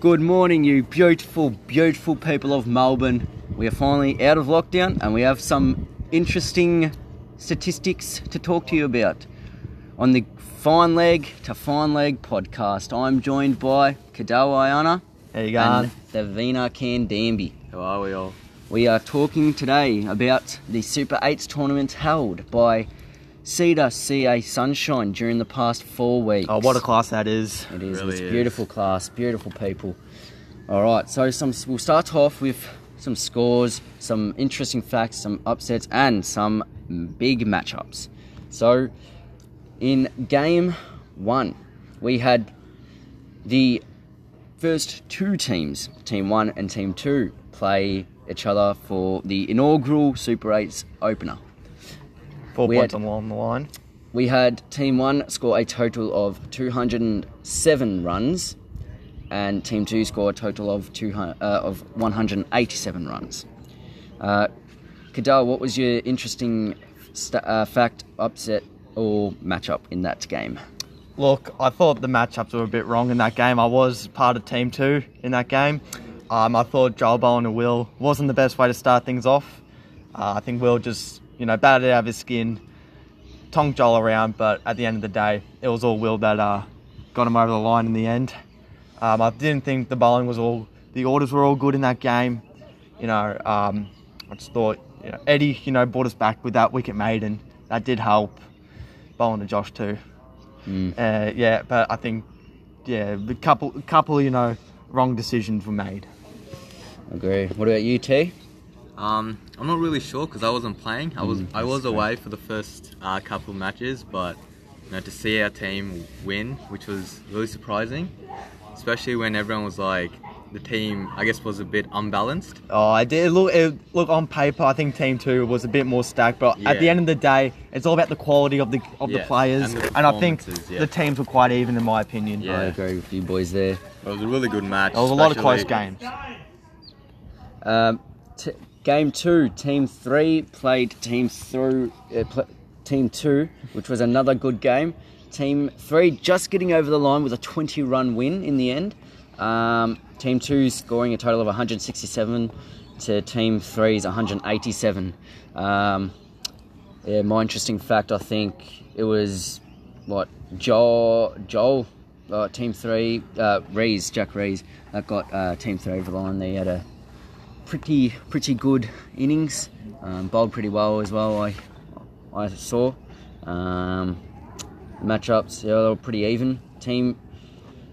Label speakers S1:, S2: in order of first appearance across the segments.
S1: Good morning, you beautiful, beautiful people of Melbourne. We are finally out of lockdown and we have some interesting statistics to talk to you about. On the Fine Leg to Fine Leg podcast, I'm joined by Kadawa Ayana
S2: There you
S1: and the Vina Candambi.
S2: How are we all?
S1: We are talking today about the Super 8s tournament held by Cedar CA Sunshine during the past four weeks.
S2: Oh, what a class that is.
S1: It is.
S3: Really
S1: it's
S3: is.
S1: beautiful class, beautiful people. All right, so some we'll start off with some scores, some interesting facts, some upsets, and some big matchups. So, in game one, we had the first two teams, Team One and Team Two, play each other for the inaugural Super 8s opener.
S2: Four
S1: We
S2: points
S1: had-
S2: along the line.
S1: We had Team 1 score a total of 207 runs, and Team 2 score a total of, 200, uh, of 187 runs. Uh, Kadal, what was your interesting sta uh, fact, upset, or matchup in that game?
S2: Look, I thought the matchups were a bit wrong in that game. I was part of team two in that game. Um, I thought Joel Bowen and Will wasn't the best way to start things off. Uh, I think Will just, you know, batted it out of his skin, tongued Joel around, but at the end of the day, it was all Will that uh, got him over the line in the end. Um, I didn't think the bowling was all, the orders were all good in that game. You know, um, I just thought you know, Eddie, you know, brought us back with that wicket maiden. That did help. Bowen and Josh too. Uh, yeah, but I think yeah, the couple couple you know wrong decisions were made.
S1: Agree. What about you, T?
S3: Um, I'm not really sure because I wasn't playing. I was
S2: Mm,
S3: I was
S1: that's
S3: away for the first uh, couple of matches, but you know, to see our team win, which was really surprising, especially when everyone was like, the team I guess was a bit unbalanced.
S2: Oh, I did look it, look on paper. I think team two was a bit more stacked, but at the
S3: Yeah.
S2: end of the day, it's all about the quality of the of the
S3: Yeah,
S2: players,
S3: and the
S2: I think
S3: performances, yeah.
S2: the teams were quite even in my opinion.
S3: Yeah.
S1: I agree with you boys there.
S3: It was a really good match.
S2: There was a lot of close
S3: especially-
S2: games.
S1: Um, t- game two, Team Three played Team Through, uh, pl- Team Two, which was another good game. Team Three just getting over the line with a 20-run win in the end. Um, team Two scoring a total of 167 to Team Three's 187. Um, yeah, my interesting fact, I think it was what Joel, Joel, uh, Team Three, uh, Rees, Jack Rees, that got uh, Team Three over the line. They had a pretty pretty good innings, um, bowled pretty well as well. I I saw um, matchups. Yeah, they were pretty even. Team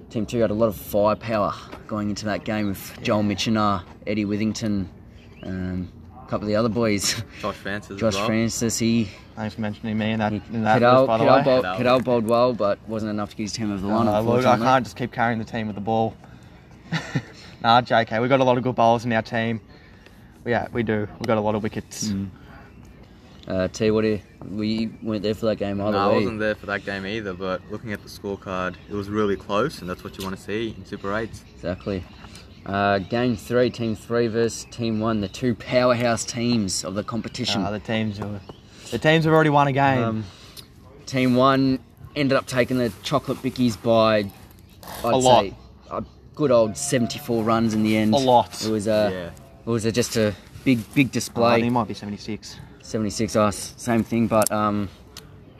S1: Team Two had a lot of firepower going into that game with Joel Michener, Eddie Withington, um, a couple of the other boys.
S3: Josh Francis.
S1: Josh
S3: as well.
S1: Francis, he
S2: Thanks for mentioning me in that. In that
S1: Cadell
S2: list, by the way.
S1: bowled,
S3: Cadell.
S1: Cadell bowled well, but wasn't enough to get his team over the line.
S2: Uh, look, I
S1: unfortunately.
S2: can't just keep carrying the team with the ball. nah, JK, we've got a lot of good bowlers in our team. Yeah, we do. We've got a lot of wickets.
S1: Uh, T, what do you, we weren't there for that game either.
S3: No, I
S1: were you?
S3: wasn't there for that game either, but looking at the scorecard, it was really close, and that's what you want to see in Super 8s.
S1: Exactly. Uh, game three, team three versus team one, the two powerhouse teams of the competition.
S2: Nah, the teams are, the teams have already won a game.
S1: Um, team one ended up taking the chocolate bickies by I'd
S2: A lot.
S1: say a good old 74 runs in the end.
S2: A lot.
S1: It was a,
S3: Yeah.
S1: it was a, just a big big
S2: I
S1: display.
S2: think it might be 76.
S1: 76 us, same thing. But um,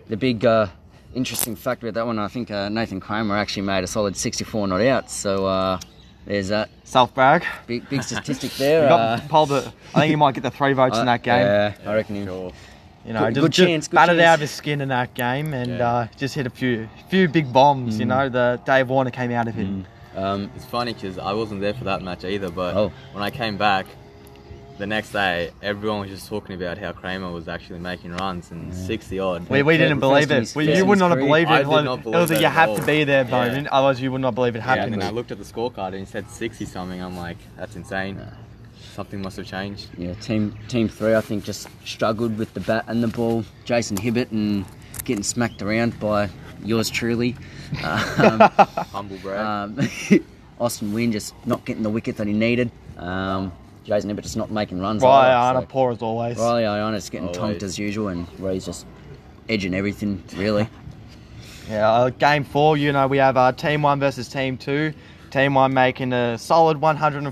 S1: the big uh, interesting fact about that one, I think uh, Nathan Kramer actually made a solid 64 not out. So uh, there's that
S2: South Bragg.
S1: big big statistic
S2: We
S1: there. uh,
S2: got Polbert. I think he might get the three votes in that game.
S1: Yeah, I reckon. he-
S3: Sure.
S2: you know,
S1: good-
S2: just,
S1: good
S2: just
S1: chance, good
S2: batted
S1: chance.
S2: out of his skin in that game and
S3: Yeah.
S2: uh, just hit a few few big bombs. You know, the Dave Warner came out of him.
S1: Um,
S3: It's funny because I wasn't there for that match either, but
S1: Oh.
S3: when I came back the next day, everyone was just talking about how Kramer was actually making runs and 60 odd.
S2: We, we
S1: Yeah,
S2: didn't
S1: first
S2: believe
S1: in
S2: it.
S1: his-
S2: We,
S1: first
S2: you
S1: in
S2: would
S1: his
S2: not have
S1: career.
S2: believed it.
S3: I
S2: It
S3: did
S2: was-
S3: not
S2: it was
S3: believe
S2: a,
S3: it
S2: you
S3: at
S2: have
S3: all.
S2: to be there,
S3: Yeah.
S2: Bowman. Otherwise, you would not believe it
S3: yeah, and
S2: happened.
S3: then I looked at the scorecard and it said 60 something. I'm like, that's insane. Something must have changed.
S1: yeah, team team three, I think, just struggled with the bat and the ball. Jason Hibbert and getting smacked around by yours truly. Um,
S3: Humble brag.
S1: um, Austin Wynn just not getting the wicket that he needed. Um, Jason Hibbert just not making runs.
S2: Ryan,
S1: either, so-
S2: poor as always.
S1: Riley Ionis getting
S3: Always.
S1: tonked as usual, and Ray's just edging everything, really.
S2: Yeah, uh, game four, you know, we have uh, team one versus team two. Team one making a solid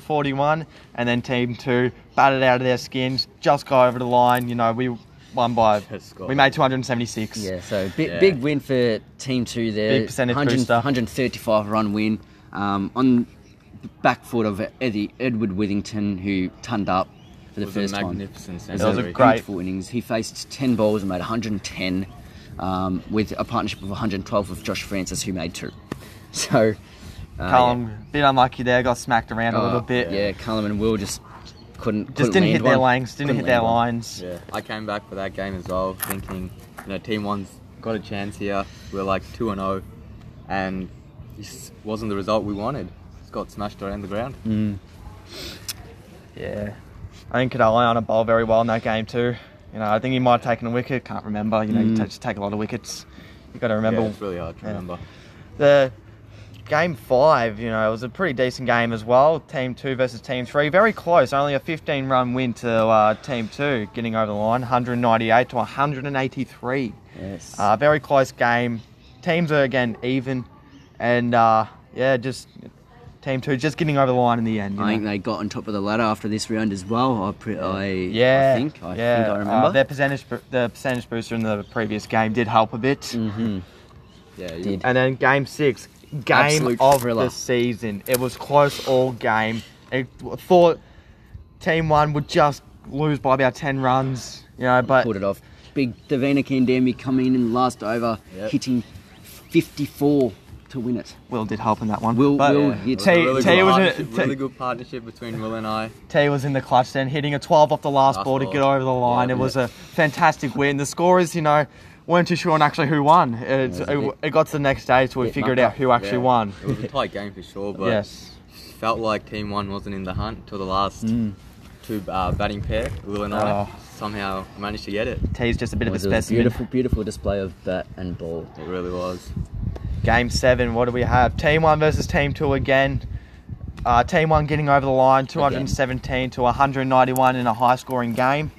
S2: 141, and then team two batted out of their skins, just got over the line. You know, we won by
S3: Just got
S2: we made 276.
S1: Yeah, so big,
S3: Yeah.
S1: big win for Team 2 there.
S2: Big percentage
S1: 100
S2: booster.
S1: 135 run win um, on the back foot of Eddie, Edward Withington, who turned up for the
S3: was a
S1: first time. It
S3: magnificent
S1: was
S3: century.
S1: a
S2: That was a great-
S1: beautiful innings. He faced 10 bowls and made 110 um, with a partnership of 112 with Josh Francis, who made two. So, uh,
S2: Colin, bit unlucky there, got smacked around
S1: yeah.
S2: a little
S1: Uh,
S2: bit.
S1: Yeah, Cullum and Will just couldn't. couldn't
S2: Just didn't
S1: land
S2: hit their
S1: one.
S2: lines, didn't
S1: Couldn't
S2: hit their
S1: land one.
S2: lines.
S3: Yeah, I came back for that game as well, thinking, you know, Team One's got a chance here. We're like two and zero, and this wasn't the result we wanted. It's got smashed around the ground.
S2: Yeah. I think Kadaliana bowled very well in that game too. You know, I think he might have taken a wicket. Can't remember. You know,
S1: Mm.
S2: you ta- just take a lot of wickets. You got to remember.
S3: Yeah, it's really hard to
S2: Yeah.
S3: remember.
S2: the game five. You know, it was a pretty decent game as well. Team two versus team three, very close. Only a 15-run win to uh, team two, getting over the line, 198 to 183.
S1: Yes.
S2: Uh, very close game. Teams are again even, and uh, yeah, just team two just getting over the line in the end. you
S1: I
S2: know.
S1: think they got on top of the ladder after this round as well. I, pre- I,
S2: Yeah,
S1: I think. I
S2: yeah.
S1: think I
S2: Uh,
S1: remember.
S2: their percentage, bo- the percentage booster in the previous game did help a bit.
S1: Mm.
S3: Yeah, you-
S1: Did.
S2: And then game six, game
S1: Absolute
S2: of
S1: thriller.
S2: the season. It was close all game. I thought team one would just lose by about ten runs, you know, but
S1: pulled it off. Big Davina Kandemi coming in last over,
S3: Yep.
S1: hitting 54 to win it.
S2: Will did help in that one.
S1: Will-
S2: but
S1: Will
S3: yeah, it
S1: hit-
S3: was a
S2: Tay-
S3: really,
S2: Tay
S3: good
S2: was a-
S3: partnership-
S2: Tay-
S3: really good partnership between Will and I.
S2: Tay was in the clutch then, hitting a 12 off the last,
S3: Last
S2: ball, to
S3: ball.
S2: get over the line.
S3: Yeah,
S2: it was a fantastic win. The scorers, you know, weren't too sure on actually who won. It,
S1: was a
S2: it,
S1: bit-
S2: it got to the next day, so we
S1: bit
S2: figured out
S1: mucked
S2: who actually
S3: Yeah,
S2: won.
S3: It was a tight game for sure, but
S2: yes.
S3: felt like Team One wasn't in the hunt till the last
S1: Mm.
S3: two uh, batting pair. Will and I
S2: Oh.
S3: somehow managed to get it.
S2: Tay's just a bit
S1: It
S2: of a
S1: was a
S2: specimen.
S1: beautiful, beautiful display of bat and ball.
S3: It really was.
S2: Game seven, what do we have? Team one versus team two again. Uh, team one getting over the line, 217 to 191 in a high scoring game.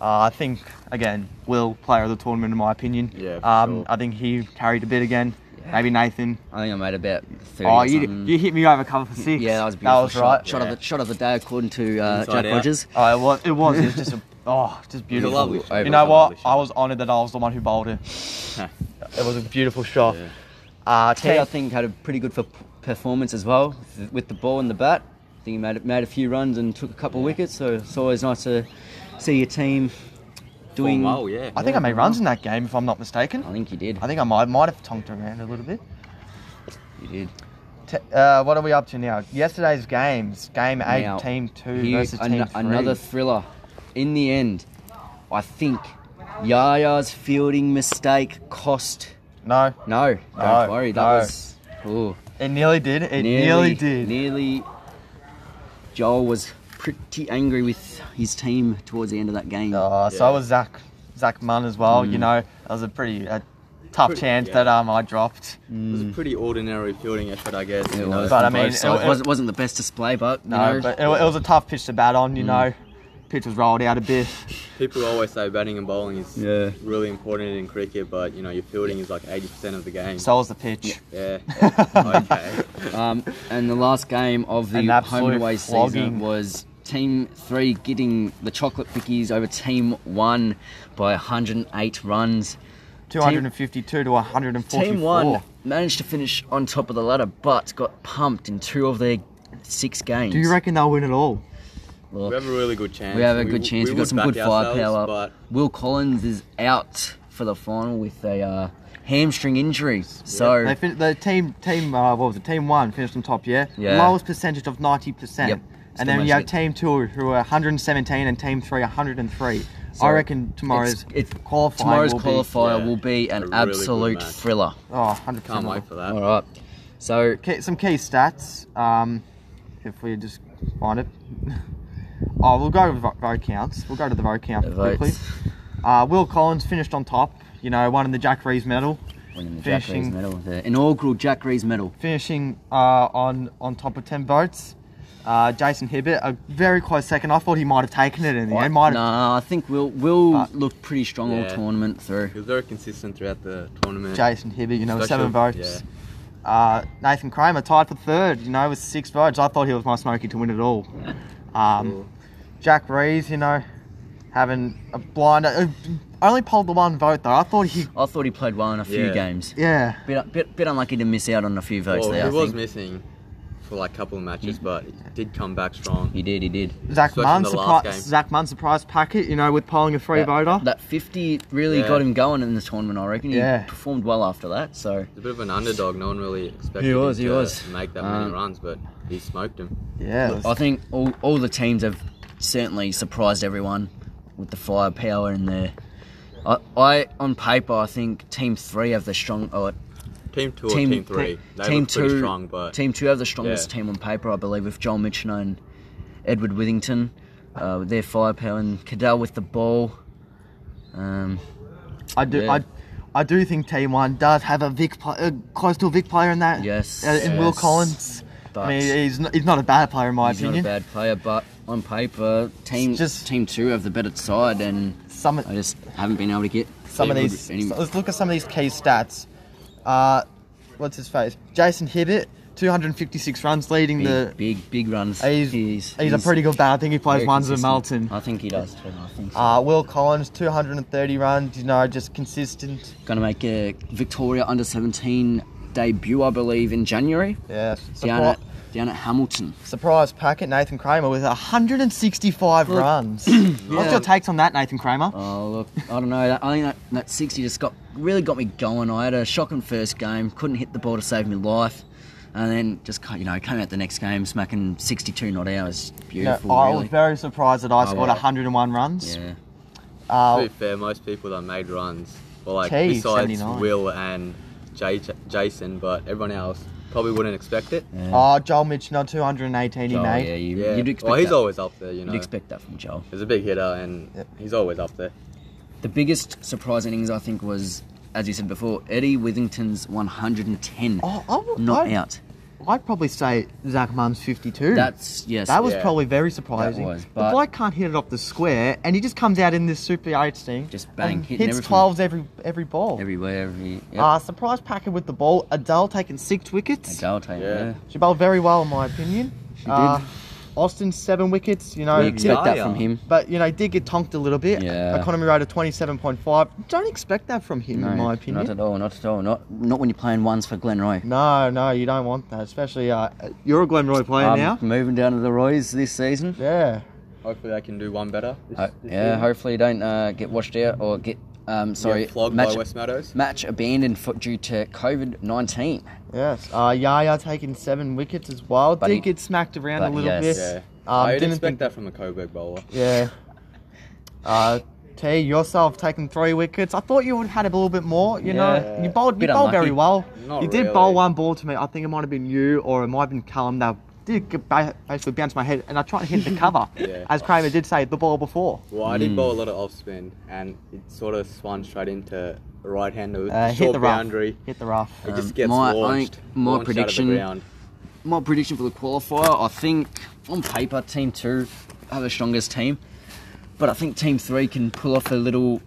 S2: Uh, I think, again, Will, player of the tournament, in my opinion.
S3: Yeah, for
S2: Um,
S3: sure.
S2: I think he carried a bit again. Maybe Nathan.
S1: I think I made about 30.
S2: Oh,
S1: or
S2: you,
S1: something.
S2: you hit me over cover for six.
S1: yeah, that was a beautiful. shot.
S2: right.
S1: Shot, of
S3: Yeah.
S1: the, shot of the day, according to uh,
S3: Inside
S1: Jack
S3: out.
S1: Rogers.
S2: Oh, it was. It was. It was just a. Oh, just beautiful.
S3: lovely shot.
S2: You
S1: It
S2: know
S3: was a lovely
S2: what?
S3: shot.
S2: I was honoured that I was the one who bowled it. It was a beautiful shot.
S3: Yeah.
S2: Uh,
S1: T, I
S2: team,
S1: think, had a pretty good f- performance as well th- with the ball and the bat. I think he made, made a few runs and took a couple wickets, so it's always nice to see your team doing.
S3: Doing well, yeah.
S2: I think I made runs in that game, if I'm not mistaken.
S1: I think you did.
S2: I think I might might have tonked around a little bit.
S1: you did.
S2: T- uh, what are we up to now? Yesterday's games, game eight,
S1: Now,
S2: team two
S1: Here,
S2: versus
S1: an-
S2: team three.
S1: Another thriller. In the end, I think Yaya's fielding mistake cost.
S2: no,
S1: No, don't
S2: No,
S1: worry. That
S2: no.
S1: was. Ooh,
S2: it nearly did. It nearly, did.
S1: Nearly. Joel was pretty angry with his team towards the end of that game.
S2: Uh, So
S3: Yeah.
S2: was Zach, Zach Munn as well.
S1: Mm.
S2: You know, that was a pretty a tough
S3: Pretty-
S2: chance
S3: yeah.
S2: that um I dropped.
S3: It was a pretty ordinary fielding effort, I guess.
S1: Mm. It
S3: you know.
S1: was uh,
S2: But
S1: on
S2: I mean,
S1: both
S2: it-
S1: sides.
S2: it-
S1: wasn't, wasn't the best display, but you
S2: No,
S1: know,
S2: but it, it was a tough pitch to bat on.
S1: Mm.
S2: You know, pitch was rolled out a bit.
S3: People always say batting and bowling is
S1: Yeah.
S3: really important in cricket, but you know your fielding is like 80% of the game.
S2: So was the pitch.
S3: yeah, okay.
S1: Um, and the last game of the
S2: An
S1: home
S2: absolute
S1: and away
S2: flogging.
S1: season was Team Three getting the Chocolate Pickies over Team One by 108 runs.
S2: 252 to 144.
S1: Team One managed to finish on top of the ladder, but got pumped in two of their six games.
S2: Do you reckon they'll win it all?
S1: Look,
S3: We have a really good chance.
S1: we have a good chance.
S3: we
S1: We have
S3: would
S1: got some
S3: back
S1: good
S3: ourselves,
S1: firepower.
S3: But
S1: Will Collins is out for the final with a uh, hamstring injury, so
S2: They fin- the team team uh, what was it? Team one finished on top, yeah.
S1: Yeah.
S2: Lowest percentage of ninety percent.
S1: Yep.
S2: And
S1: Still
S2: then you have
S1: managed
S2: team two who are one hundred and seventeen, and team three one hundred and three. I reckon tomorrow's
S1: it's, it's,
S2: qualifying.
S1: tomorrow's
S2: will be-
S1: qualifier
S3: yeah,
S1: will be an
S3: a really good
S1: absolute
S3: match.
S1: thriller.
S2: oh, 100 percent.
S3: can't wait for that.
S1: All right, so
S2: Okay, some key stats. Um, if we just find it. oh, we'll go to vo- vote counts. We'll go to the vote count
S1: The
S2: quickly.
S1: votes.
S2: Uh, Will Collins finished on top. You know, won in the Jack Rees medal.
S1: winning the Jack Rees
S2: Finishing-
S1: medal, the inaugural Jack Rees medal.
S2: finishing uh, on on top of ten votes. Uh, Jason Hibbert, a very close second. I thought he might have taken it in the end. Might have.
S1: Nah, I think Will Will
S2: But-
S1: looked pretty strong all
S3: Yeah.
S1: tournament through.
S3: he was very consistent throughout the tournament.
S2: Jason Hibbert, you know,
S3: Especially-
S2: seven votes. Uh, Nathan Kramer tied for third, you know, with six votes. I thought he was my smoky to win it all. Um, Jack Rees, you know, having a blinder. uh, Only polled the one vote, though. I thought he.
S1: I thought he played well in a few
S3: Yeah.
S1: games.
S2: Yeah.
S1: Bit, bit, bit unlucky to miss out on a few votes
S3: Well,
S1: there.
S3: he
S1: I
S3: was
S1: think.
S3: missing for like a couple of matches, but he did come back strong.
S1: He did, he did.
S2: Zach
S3: Especially
S2: Munn,
S3: in the last
S2: surpri-
S3: game.
S2: Zach Munn surprise packet, you know, with polling a three
S1: that,
S2: voter.
S1: That 50 really
S3: Yeah.
S1: got him going in the tournament, I reckon. He
S2: Yeah.
S1: performed well after that, so.
S3: He's a bit of an underdog. No one really expected
S1: He was,
S3: him
S1: he
S3: to
S1: was.
S3: make that many
S1: Um,
S3: runs, but he smoked him.
S2: yeah. it was-
S1: I think all, all the teams have certainly surprised everyone with the firepower in there. I, I on paper, I think Team Three have the strong. Or
S3: Team two
S1: team
S3: or team three?
S1: te-
S3: they
S1: team
S3: looked
S1: two.
S3: pretty strong, but
S1: Team two have the strongest
S3: Yeah.
S1: team on paper, I believe, with Joel Mitchell and Edward Withington, uh, with their firepower and Cadell with the ball. Um,
S2: I do.
S1: Yeah.
S2: I, I do think Team One does have a Vic pl- uh, close to a Vic player in that.
S1: Yes,
S2: uh, in Will
S1: yes.
S2: Collins.
S1: but
S2: I mean, he's not, he's not a bad player in my
S1: he's
S2: opinion.
S1: not a bad player. But on paper, team
S2: It's just-
S1: team two have the better side, and
S2: Some
S1: I just haven't been able to get
S2: some of
S1: favorable
S2: these.
S1: any-
S2: so let's look at some of these key stats. Uh, what's his face? Jason Hibbert, 256 runs, leading
S1: big,
S2: the.
S1: big, big runs.
S2: He's, he's, a pretty good bat. I think he plays
S1: very
S2: ones with
S1: consistent.
S2: Melton.
S1: I think he does. Too. I think so.
S2: Uh, Will Collins, 230 runs. You know, just consistent.
S1: going to make a Victoria under 17 debut, I believe, in January
S2: Yeah.
S1: down
S2: Surpri-
S1: at, down at Hamilton.
S2: surprise packet. Nathan Kramer with 165
S1: Look-
S2: runs. What's your takes on that, Nathan Kramer?
S1: Oh look, I don't know. That, I think that, that 60 just got really got me going. I had a shocking first game, couldn't hit the ball to save my life, and then just ca- you know came out the next game smacking 62 not hours.
S2: No,
S1: Beautiful,
S2: I was
S1: really.
S2: very surprised that I scored
S1: wow.
S2: 101 runs.
S1: Yeah,
S2: Uh,
S1: oh.
S3: to be fair, most people that made runs were like
S2: Gee,
S3: besides
S2: 79.
S3: Will and J- J- Jason, but everyone else probably wouldn't expect it.
S1: yeah.
S2: uh, Joel Mitchell, 218 he
S1: Joel,
S2: made.
S1: Oh, yeah, you,
S3: Yeah,
S1: would expect
S3: well, he's
S1: that.
S3: always up there, you know.
S1: You'd expect that from Joel.
S3: He's a big hitter, and
S2: Yep.
S3: he's always up there.
S1: The biggest surprise innings, I think, was, as you said before, Eddie Withington's 110
S2: Oh, I would,
S1: not
S2: I'd,
S1: out.
S2: I'd probably say Zach Munn's 52.
S1: That's, yes.
S2: that was
S3: yeah.
S2: probably very surprising.
S1: That was,
S2: the
S1: but-
S2: bloke can't hit it off the square, and he just comes out in this Super 8 team.
S1: Just bang,
S2: and
S1: hitting
S2: hits
S1: everything.
S2: 12s every, every ball.
S1: everywhere, every. Yep.
S2: Uh, surprise packet with the ball. Adele taking six wickets.
S1: Adele Taylor,
S3: Yeah.
S1: yeah.
S2: She bowled very well, in my opinion. She
S1: did.
S2: Austin, seven wickets. You know,
S1: We expect that
S3: Dyer.
S1: from him.
S2: But you know, he did get tonked a little bit.
S1: Yeah.
S2: Economy rate of twenty seven point five. Don't expect that from him,
S1: No,
S2: in my
S1: Not
S2: opinion.
S1: at all, not at all. Not not when you're playing ones for Glenroy.
S2: No, no, you don't want that. Especially uh, you're a Glenroy player
S1: I'm
S2: now.
S1: Moving down to the Roys this season.
S2: Yeah.
S3: Hopefully, they can do one better. This,
S1: Ho-
S3: this
S1: yeah,
S3: season.
S1: hopefully you don't uh, get washed out or get, um, sorry,
S3: Yeah, flogged
S1: match,
S3: by West Meadows.
S1: match abandoned for, due to COVID 19.
S2: Yes. Uh, Yaya taking seven wickets as well.
S1: But
S2: did
S1: he-
S2: get smacked around a
S1: but
S2: little
S1: yes.
S2: bit.
S3: Yeah,
S2: Um,
S3: I would
S2: didn't
S3: expect
S2: think-
S3: that from a Coburg bowler.
S2: Yeah. Uh, T, yourself taking three wickets. I thought you would have had a little bit more. You know,
S1: Yeah.
S2: you bowled, you
S1: Bit
S2: bowled very
S1: unlucky.
S2: well.
S3: Not
S2: you did bowl
S3: really.
S2: one ball to me. I think it might have been you or it might have been Callum that did get ba- basically bounce my head, and I tried to hit the cover,
S3: Yeah.
S2: as Kramer did say the ball before.
S3: Well, I
S1: Hmm.
S3: did bowl a lot of off spin, and it sort of swung straight into a right hander with
S2: Uh,
S3: a
S2: hit
S3: short
S2: the rough.
S3: boundary.
S2: Hit the rough.
S3: It
S1: Um,
S3: just gets
S1: my- I
S3: launched.
S1: think my
S3: launched out of the
S1: prediction-
S3: ground.
S1: My prediction for the qualifier, I think on paper, Team 2 are the strongest team. But I think Team 3 can pull off a little,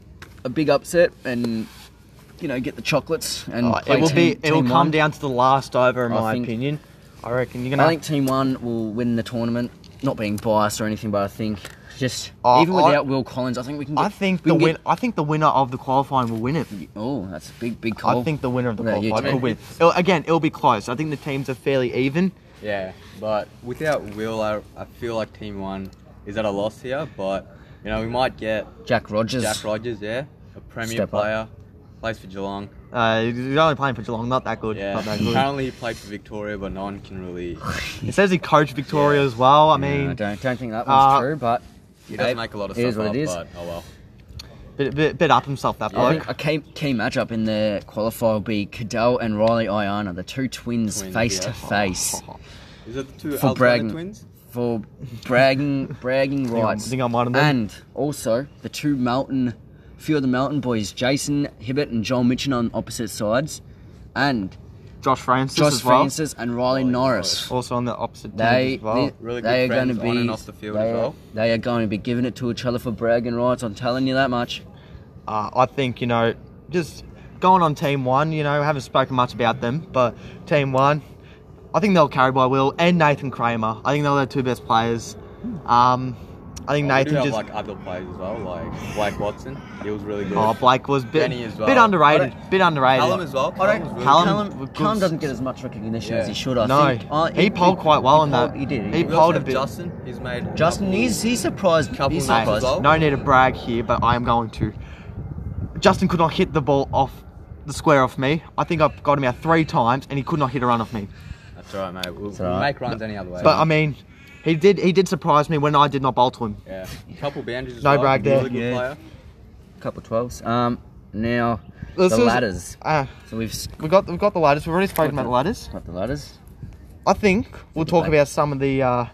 S1: a big upset and, you know, get the chocolates. and
S2: Uh,
S1: play
S2: it will be.
S1: team-
S2: It will
S1: team
S2: come
S1: one.
S2: down to the last over, in
S1: I
S2: my
S1: think-
S2: opinion. I reckon you're gonna.
S1: I think Team One will win the tournament. Not being biased or anything, but I think just
S2: Oh,
S1: even
S2: I-
S1: without Will Collins, I think we can. Get,
S2: I think
S1: we
S2: the
S1: can
S2: win.
S1: get-
S2: I think the winner of the qualifying will win it.
S1: oh, that's a big, big call.
S2: I think the winner of the
S1: What about you,
S2: qualifier
S1: Tate?
S2: will win. It'll, again, it'll be close. I think the teams are fairly even.
S3: Yeah, but without Will, I, I feel like Team One is at a loss here. But you know, we might get
S1: Jack Rogers.
S3: Jack Rogers. Yeah, a premier
S1: Step up.
S3: player, plays for Geelong.
S2: Uh, he's only playing for Geelong, not that good.
S3: Yeah,
S2: Not that good.
S3: apparently he played for Victoria, but no one can really.
S2: It says he coached Victoria as well. I
S1: Yeah,
S2: mean,
S1: I don't, don't think that was
S2: uh,
S1: true, but
S3: He does
S1: Hey,
S3: make a lot of
S1: it
S3: stuff
S1: is what
S3: up,
S1: it is.
S3: but oh well.
S2: bit, bit, bit up himself that
S1: I
S2: bloke.
S1: think a key, key matchup in the qualifier will be Cadell and Riley Ayana, the two twins
S3: Twins,
S1: face to
S3: yeah.
S1: face
S3: Is it the two
S1: For
S3: Alexander
S1: bragging.
S3: twins?
S1: for bragging bragging
S2: I
S1: rights.
S2: think I might have done.
S1: and also the two mountain, few of the mountain boys, Jason Hibbert and Joel Mitchin on opposite sides, and
S2: Josh Francis
S1: Josh
S2: as well.
S1: Francis and Riley
S3: Riley
S1: Norris.
S2: Also on the opposite team
S1: They,
S2: as well.
S1: they,
S3: Really
S1: they are
S3: good
S1: going to
S3: friends
S1: be
S3: on and off the field
S1: they,
S3: as well.
S1: they are going to be giving it to each other for bragging rights. I'm telling you that much.
S2: Uh, I think you know, just going on team one, you know, haven't spoken much about them, but team one, I think they'll carry by Will and Nathan Kramer. I think they're their two best players. Um,
S1: Oh,
S2: I think
S3: I do
S2: Nathan
S3: have
S2: just.
S3: like other players as well, like Blake Watson. He was really good.
S2: oh, Blake was bit,
S3: Benny as well.
S2: bit underrated. Bit underrated.
S3: Callum as well.
S1: I
S3: Callum was
S1: don't.
S3: really
S2: Callum-
S3: good.
S1: Callum,
S2: good.
S1: Callum doesn't get as much recognition as he
S3: Yeah.
S1: should. I
S2: No.
S1: think. Uh,
S2: He polled quite well
S1: he
S2: in that.
S1: polled- He did.
S2: He
S1: He,
S3: We
S2: polled
S3: also
S2: a
S3: have
S2: bit.
S3: Justin. He's made. a
S1: Justin,
S3: couple-
S1: he's he surprised.
S3: Couple
S1: he's
S3: nice
S2: Mate,
S1: surprised.
S3: as well.
S2: no need to brag here, but I am going to. Justin could not hit the ball off the square off me. I think I got him out three times, and he could not hit a run off me.
S3: That's all right, mate.
S1: all
S3: We'll, we'll
S1: right.
S3: make runs any other way.
S2: But um, I mean, he did he did surprise me when I did not bowl to him.
S3: yeah, a couple boundaries. As
S2: No
S3: well.
S2: brag
S3: He's a
S2: there.
S3: really good
S2: Yeah.
S3: player.
S1: Couple twelves. Um, now
S2: This
S1: the
S2: is-
S1: ladders.
S2: Uh,
S1: So we've s-
S2: we got we got the ladders. We've already spoken about the ladders.
S1: got the ladders.
S2: I think we'll talk
S1: about-
S2: about some of the, uh,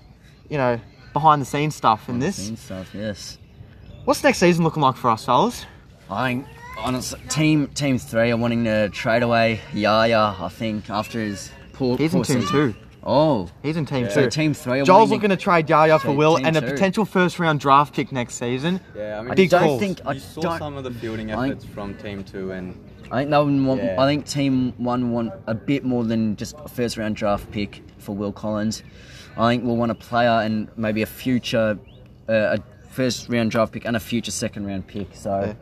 S2: you know, behind the scenes stuff in this.
S1: Team stuff. Yes.
S2: What's next season looking like for us, fellas?
S1: I think honestly, team team three are wanting to trade away Yaya. I think after his poor.
S2: He's in
S1: poor
S2: team
S1: season.
S2: two.
S1: Oh,
S2: He's in team
S1: so
S2: two.
S1: team three. Are
S2: Joel's
S1: wanting
S2: looking to trade Yaya for
S1: Team-
S2: Will
S1: team
S2: and a
S1: two.
S2: potential first round draft pick next season.
S3: Yeah, I mean,
S1: I
S2: Big
S1: don't
S2: calls.
S1: think I
S3: you saw
S1: don't.
S3: some of the fielding
S1: I-
S3: efforts from Team Two, and
S1: I think they would want,
S3: Yeah.
S1: I think team one want a bit more than just a first round draft pick for Will Collins. I think we'll want a player and maybe a future, uh, a first round draft pick and a future second round pick. So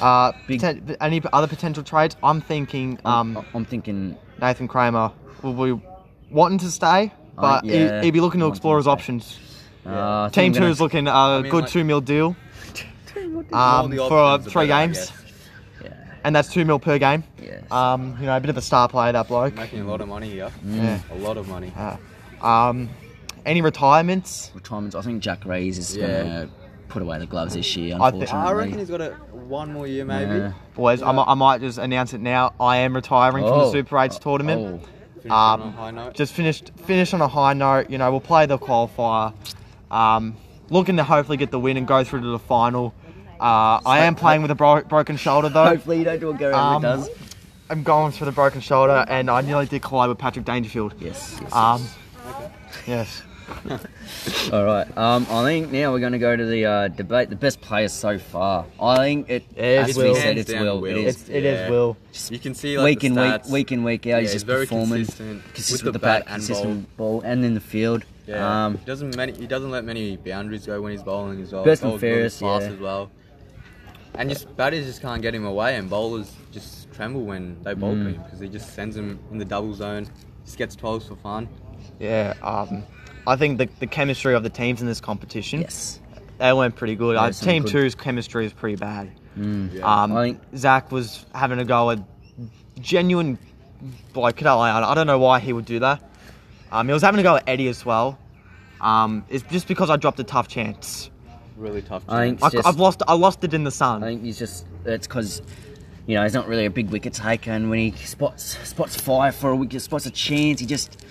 S2: Uh,
S1: Big-
S2: poten- any other potential trades? I'm thinking
S1: um,
S2: um,
S1: I'm thinking
S2: Nathan Kramer will be wanting to stay, but he-
S1: yeah,
S2: he'd be looking to
S1: wanting
S2: explore
S1: to
S2: his
S1: stay.
S2: options.
S1: uh, I think
S2: Team
S1: I'm
S2: two
S1: gonna-
S2: is looking a
S3: mean,
S2: good
S3: like-
S2: two mil deal,
S3: all
S2: um,
S3: the
S2: for uh,
S3: options are
S2: three
S3: better, I
S2: games,
S3: guess.
S1: Yeah,
S2: and that's two mil per game.
S1: Yes.
S2: Um, you know, a bit of a star player that bloke.
S3: Making a lot of money here.
S2: Yeah.
S3: A lot of money.
S2: Uh, um, any retirements?
S1: retirements. I think Jack Rees is
S3: Yeah.
S1: gonna put away the gloves this year.
S2: I thi-
S1: Unfortunately,
S3: I reckon he's got a one more year maybe.
S1: Yeah.
S2: Boys, I,
S3: Yeah.
S2: mi- I might just announce it now. I am retiring from the
S1: Oh.
S2: Super 8s tournament.
S1: Oh.
S3: Finish on
S2: Um,
S3: a high note.
S2: just finished finish on a high note. You know, we'll play the qualifier, um, looking to hopefully get the win and go through to the final. Uh, I am playing with a bro- broken shoulder though.
S1: Hopefully you don't do what Gary
S2: Um,
S1: Ablett does.
S2: I'm going for the broken shoulder, and I nearly did collide with Patrick Dangerfield.
S1: Yes. yes.
S2: Um, yes.
S1: All right. Um, I think now we're going to go to the uh, debate. The best player so far. I think it
S2: It's
S1: has to be
S2: Will.
S1: said.
S3: Hands
S1: It's
S3: down,
S1: Will. It
S3: Will.
S1: is.
S2: It's, it is
S3: Yeah.
S2: Will.
S3: You can see like
S1: week
S3: the
S1: in week,
S3: stats.
S1: week in week out,
S3: Yeah,
S1: he's just performing
S3: consistent,
S1: consistent with the bat, consistent
S3: and
S1: with the ball, and in the field.
S3: ball. Yeah.
S1: Um,
S3: he doesn't many, he doesn't let many boundaries go when he's bowling as well.
S1: Best and
S3: Bowls really
S1: fairest,
S3: fast
S1: yeah.
S3: as well. And just batters just can't get him away, and bowlers just tremble when they bowl to him because he just sends him in the double zone. Just gets twelves for fun.
S2: Yeah. Um, I think the, the chemistry of the teams in this competition,
S1: yes.
S2: they weren't pretty good. Uh,
S1: some
S2: team
S1: good-
S2: two's chemistry is pretty bad.
S3: Yeah.
S2: Um,
S1: I think-
S2: Zach was having a go at genuine bloke. Cadell Iona. I don't know why he would do that. Um, he was having a go at Eddie as well. Um, it's just because I dropped a tough chance.
S3: really tough.
S1: I think-
S3: chance.
S2: I,
S1: It's just-
S2: have lost. I lost it in
S1: I
S2: the sun.
S1: think he's just it's because you know he's not really a big wicket taker, and when he spots spots fire for a wicket, spots a chance, he just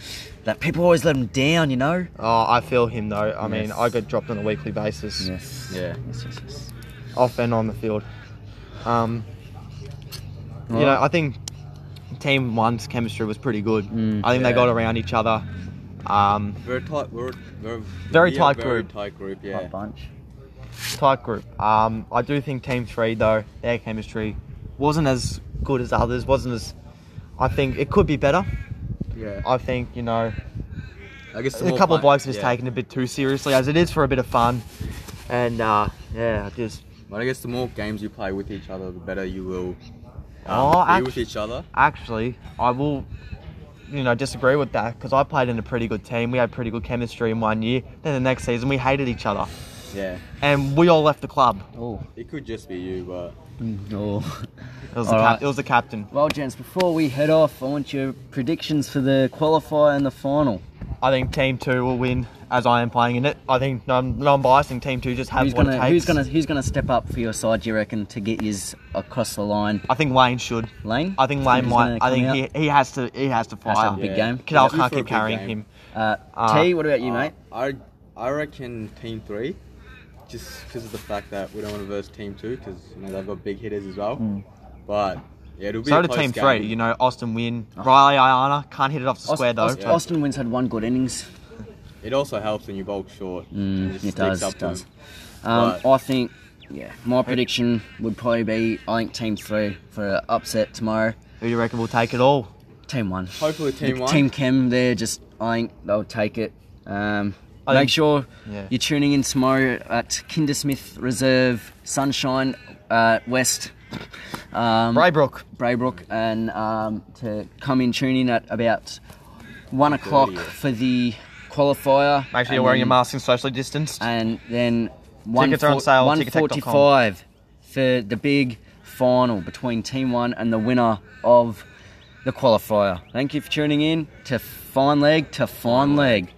S1: that people always let him down. You know.
S2: Oh, I feel him though. I mean,
S1: Yes.
S2: I get dropped on a weekly basis,
S1: Yes.
S3: Yeah.
S1: Yes. Yes. yes.
S2: off and on the field. Um,
S1: Well-
S2: you know, I think team one's chemistry was pretty good.
S1: Mm,
S2: I think
S3: Yeah.
S2: they got around each other. Um,
S3: We're a tight. We're, we're
S2: Very
S3: we are
S2: tight
S3: very
S2: group.
S3: Tight group.
S1: Hot
S3: Yeah.
S1: bunch.
S2: tight group. Um, I do think Team Three though, their chemistry wasn't as good as others. wasn't as I think it could be better.
S3: Yeah.
S2: I think you know
S3: I guess the
S2: Uh, a
S3: more
S2: couple of
S3: pla-
S2: blokes was
S3: yeah.
S2: taken a bit too seriously as it is for a bit of fun, and uh, yeah, I just
S3: But I guess the more games you play with each other, the better you will um,
S2: Oh,
S3: be
S2: act-
S3: with each other.
S2: actually I will you know disagree with that because I played in a pretty good team. We had pretty good chemistry in one year. Then the next season we hated each other
S3: Yeah.
S2: and we all left the club.
S1: Oh.
S3: It could just be you, but
S1: Oh.
S2: It was, the,
S1: All
S2: cap-
S1: right.
S2: it was the captain.
S1: Well, gents, before we head off, I want your predictions for the qualifier and the final.
S2: I think Team Two will win as I am playing in it. I think non non biasing Team Two just has
S1: Who's
S2: what it
S1: gonna
S2: takes.
S1: who's gonna who's gonna step up for your side? Do you reckon to get his across the line?
S2: I think Lane should.
S1: Lane.
S2: I think Lane
S1: Who's
S2: might.
S1: gonna
S2: I
S1: come
S2: think
S1: out?
S2: he, he has to he has to
S1: Has to have
S2: fire.
S1: a big
S3: Yeah.
S1: game.
S2: Cadell
S3: Due
S2: can't
S3: for a
S2: keep
S3: big
S2: carrying
S3: game.
S2: him.
S1: Uh,
S2: Uh,
S1: T, what about you,
S3: Uh,
S1: mate?
S3: I I reckon Team Three, just because of the fact that we don't want to verse Team Two, because you know they've got big hitters as well. But yeah, it'll be
S2: Mm. So
S3: a
S2: to
S3: close
S2: Team
S3: game.
S2: Three, you know Austin Wynn, Riley Ayana can't hit it off the
S1: Aust-
S2: square though.
S1: Aust-
S2: so-
S1: Oh. Austin Wins had one good innings.
S3: It also helps when you bowl short.
S1: Mm,
S3: just
S1: it
S3: sticks
S1: does.
S3: up
S1: It
S3: to
S1: does.
S3: him.
S1: Um,
S3: But-
S1: I think yeah, my prediction would probably be I think Team Three for an upset tomorrow.
S2: Who do you reckon will take it all?
S1: Team One.
S3: Hopefully Team
S1: The
S3: One.
S1: Team Chem, they're just, I think they'll take it. Um,
S2: I
S1: make
S2: think-
S1: sure
S2: yeah.
S1: you're tuning in tomorrow at Kindersmith Reserve, Sunshine uh, West, um,
S2: Braybrook.
S1: Braybrook, and um, to come in, tune in at about one o'clock
S3: yeah.
S1: for the qualifier.
S2: Make sure
S1: and
S2: you're wearing
S1: then-
S2: your mask and socially distanced.
S1: and then one
S2: Tickets are on sale at tickettech.com.
S1: 145 for the big final between Team One and the winner of the qualifier. Thank you for tuning in to Fine Leg to Fine Leg.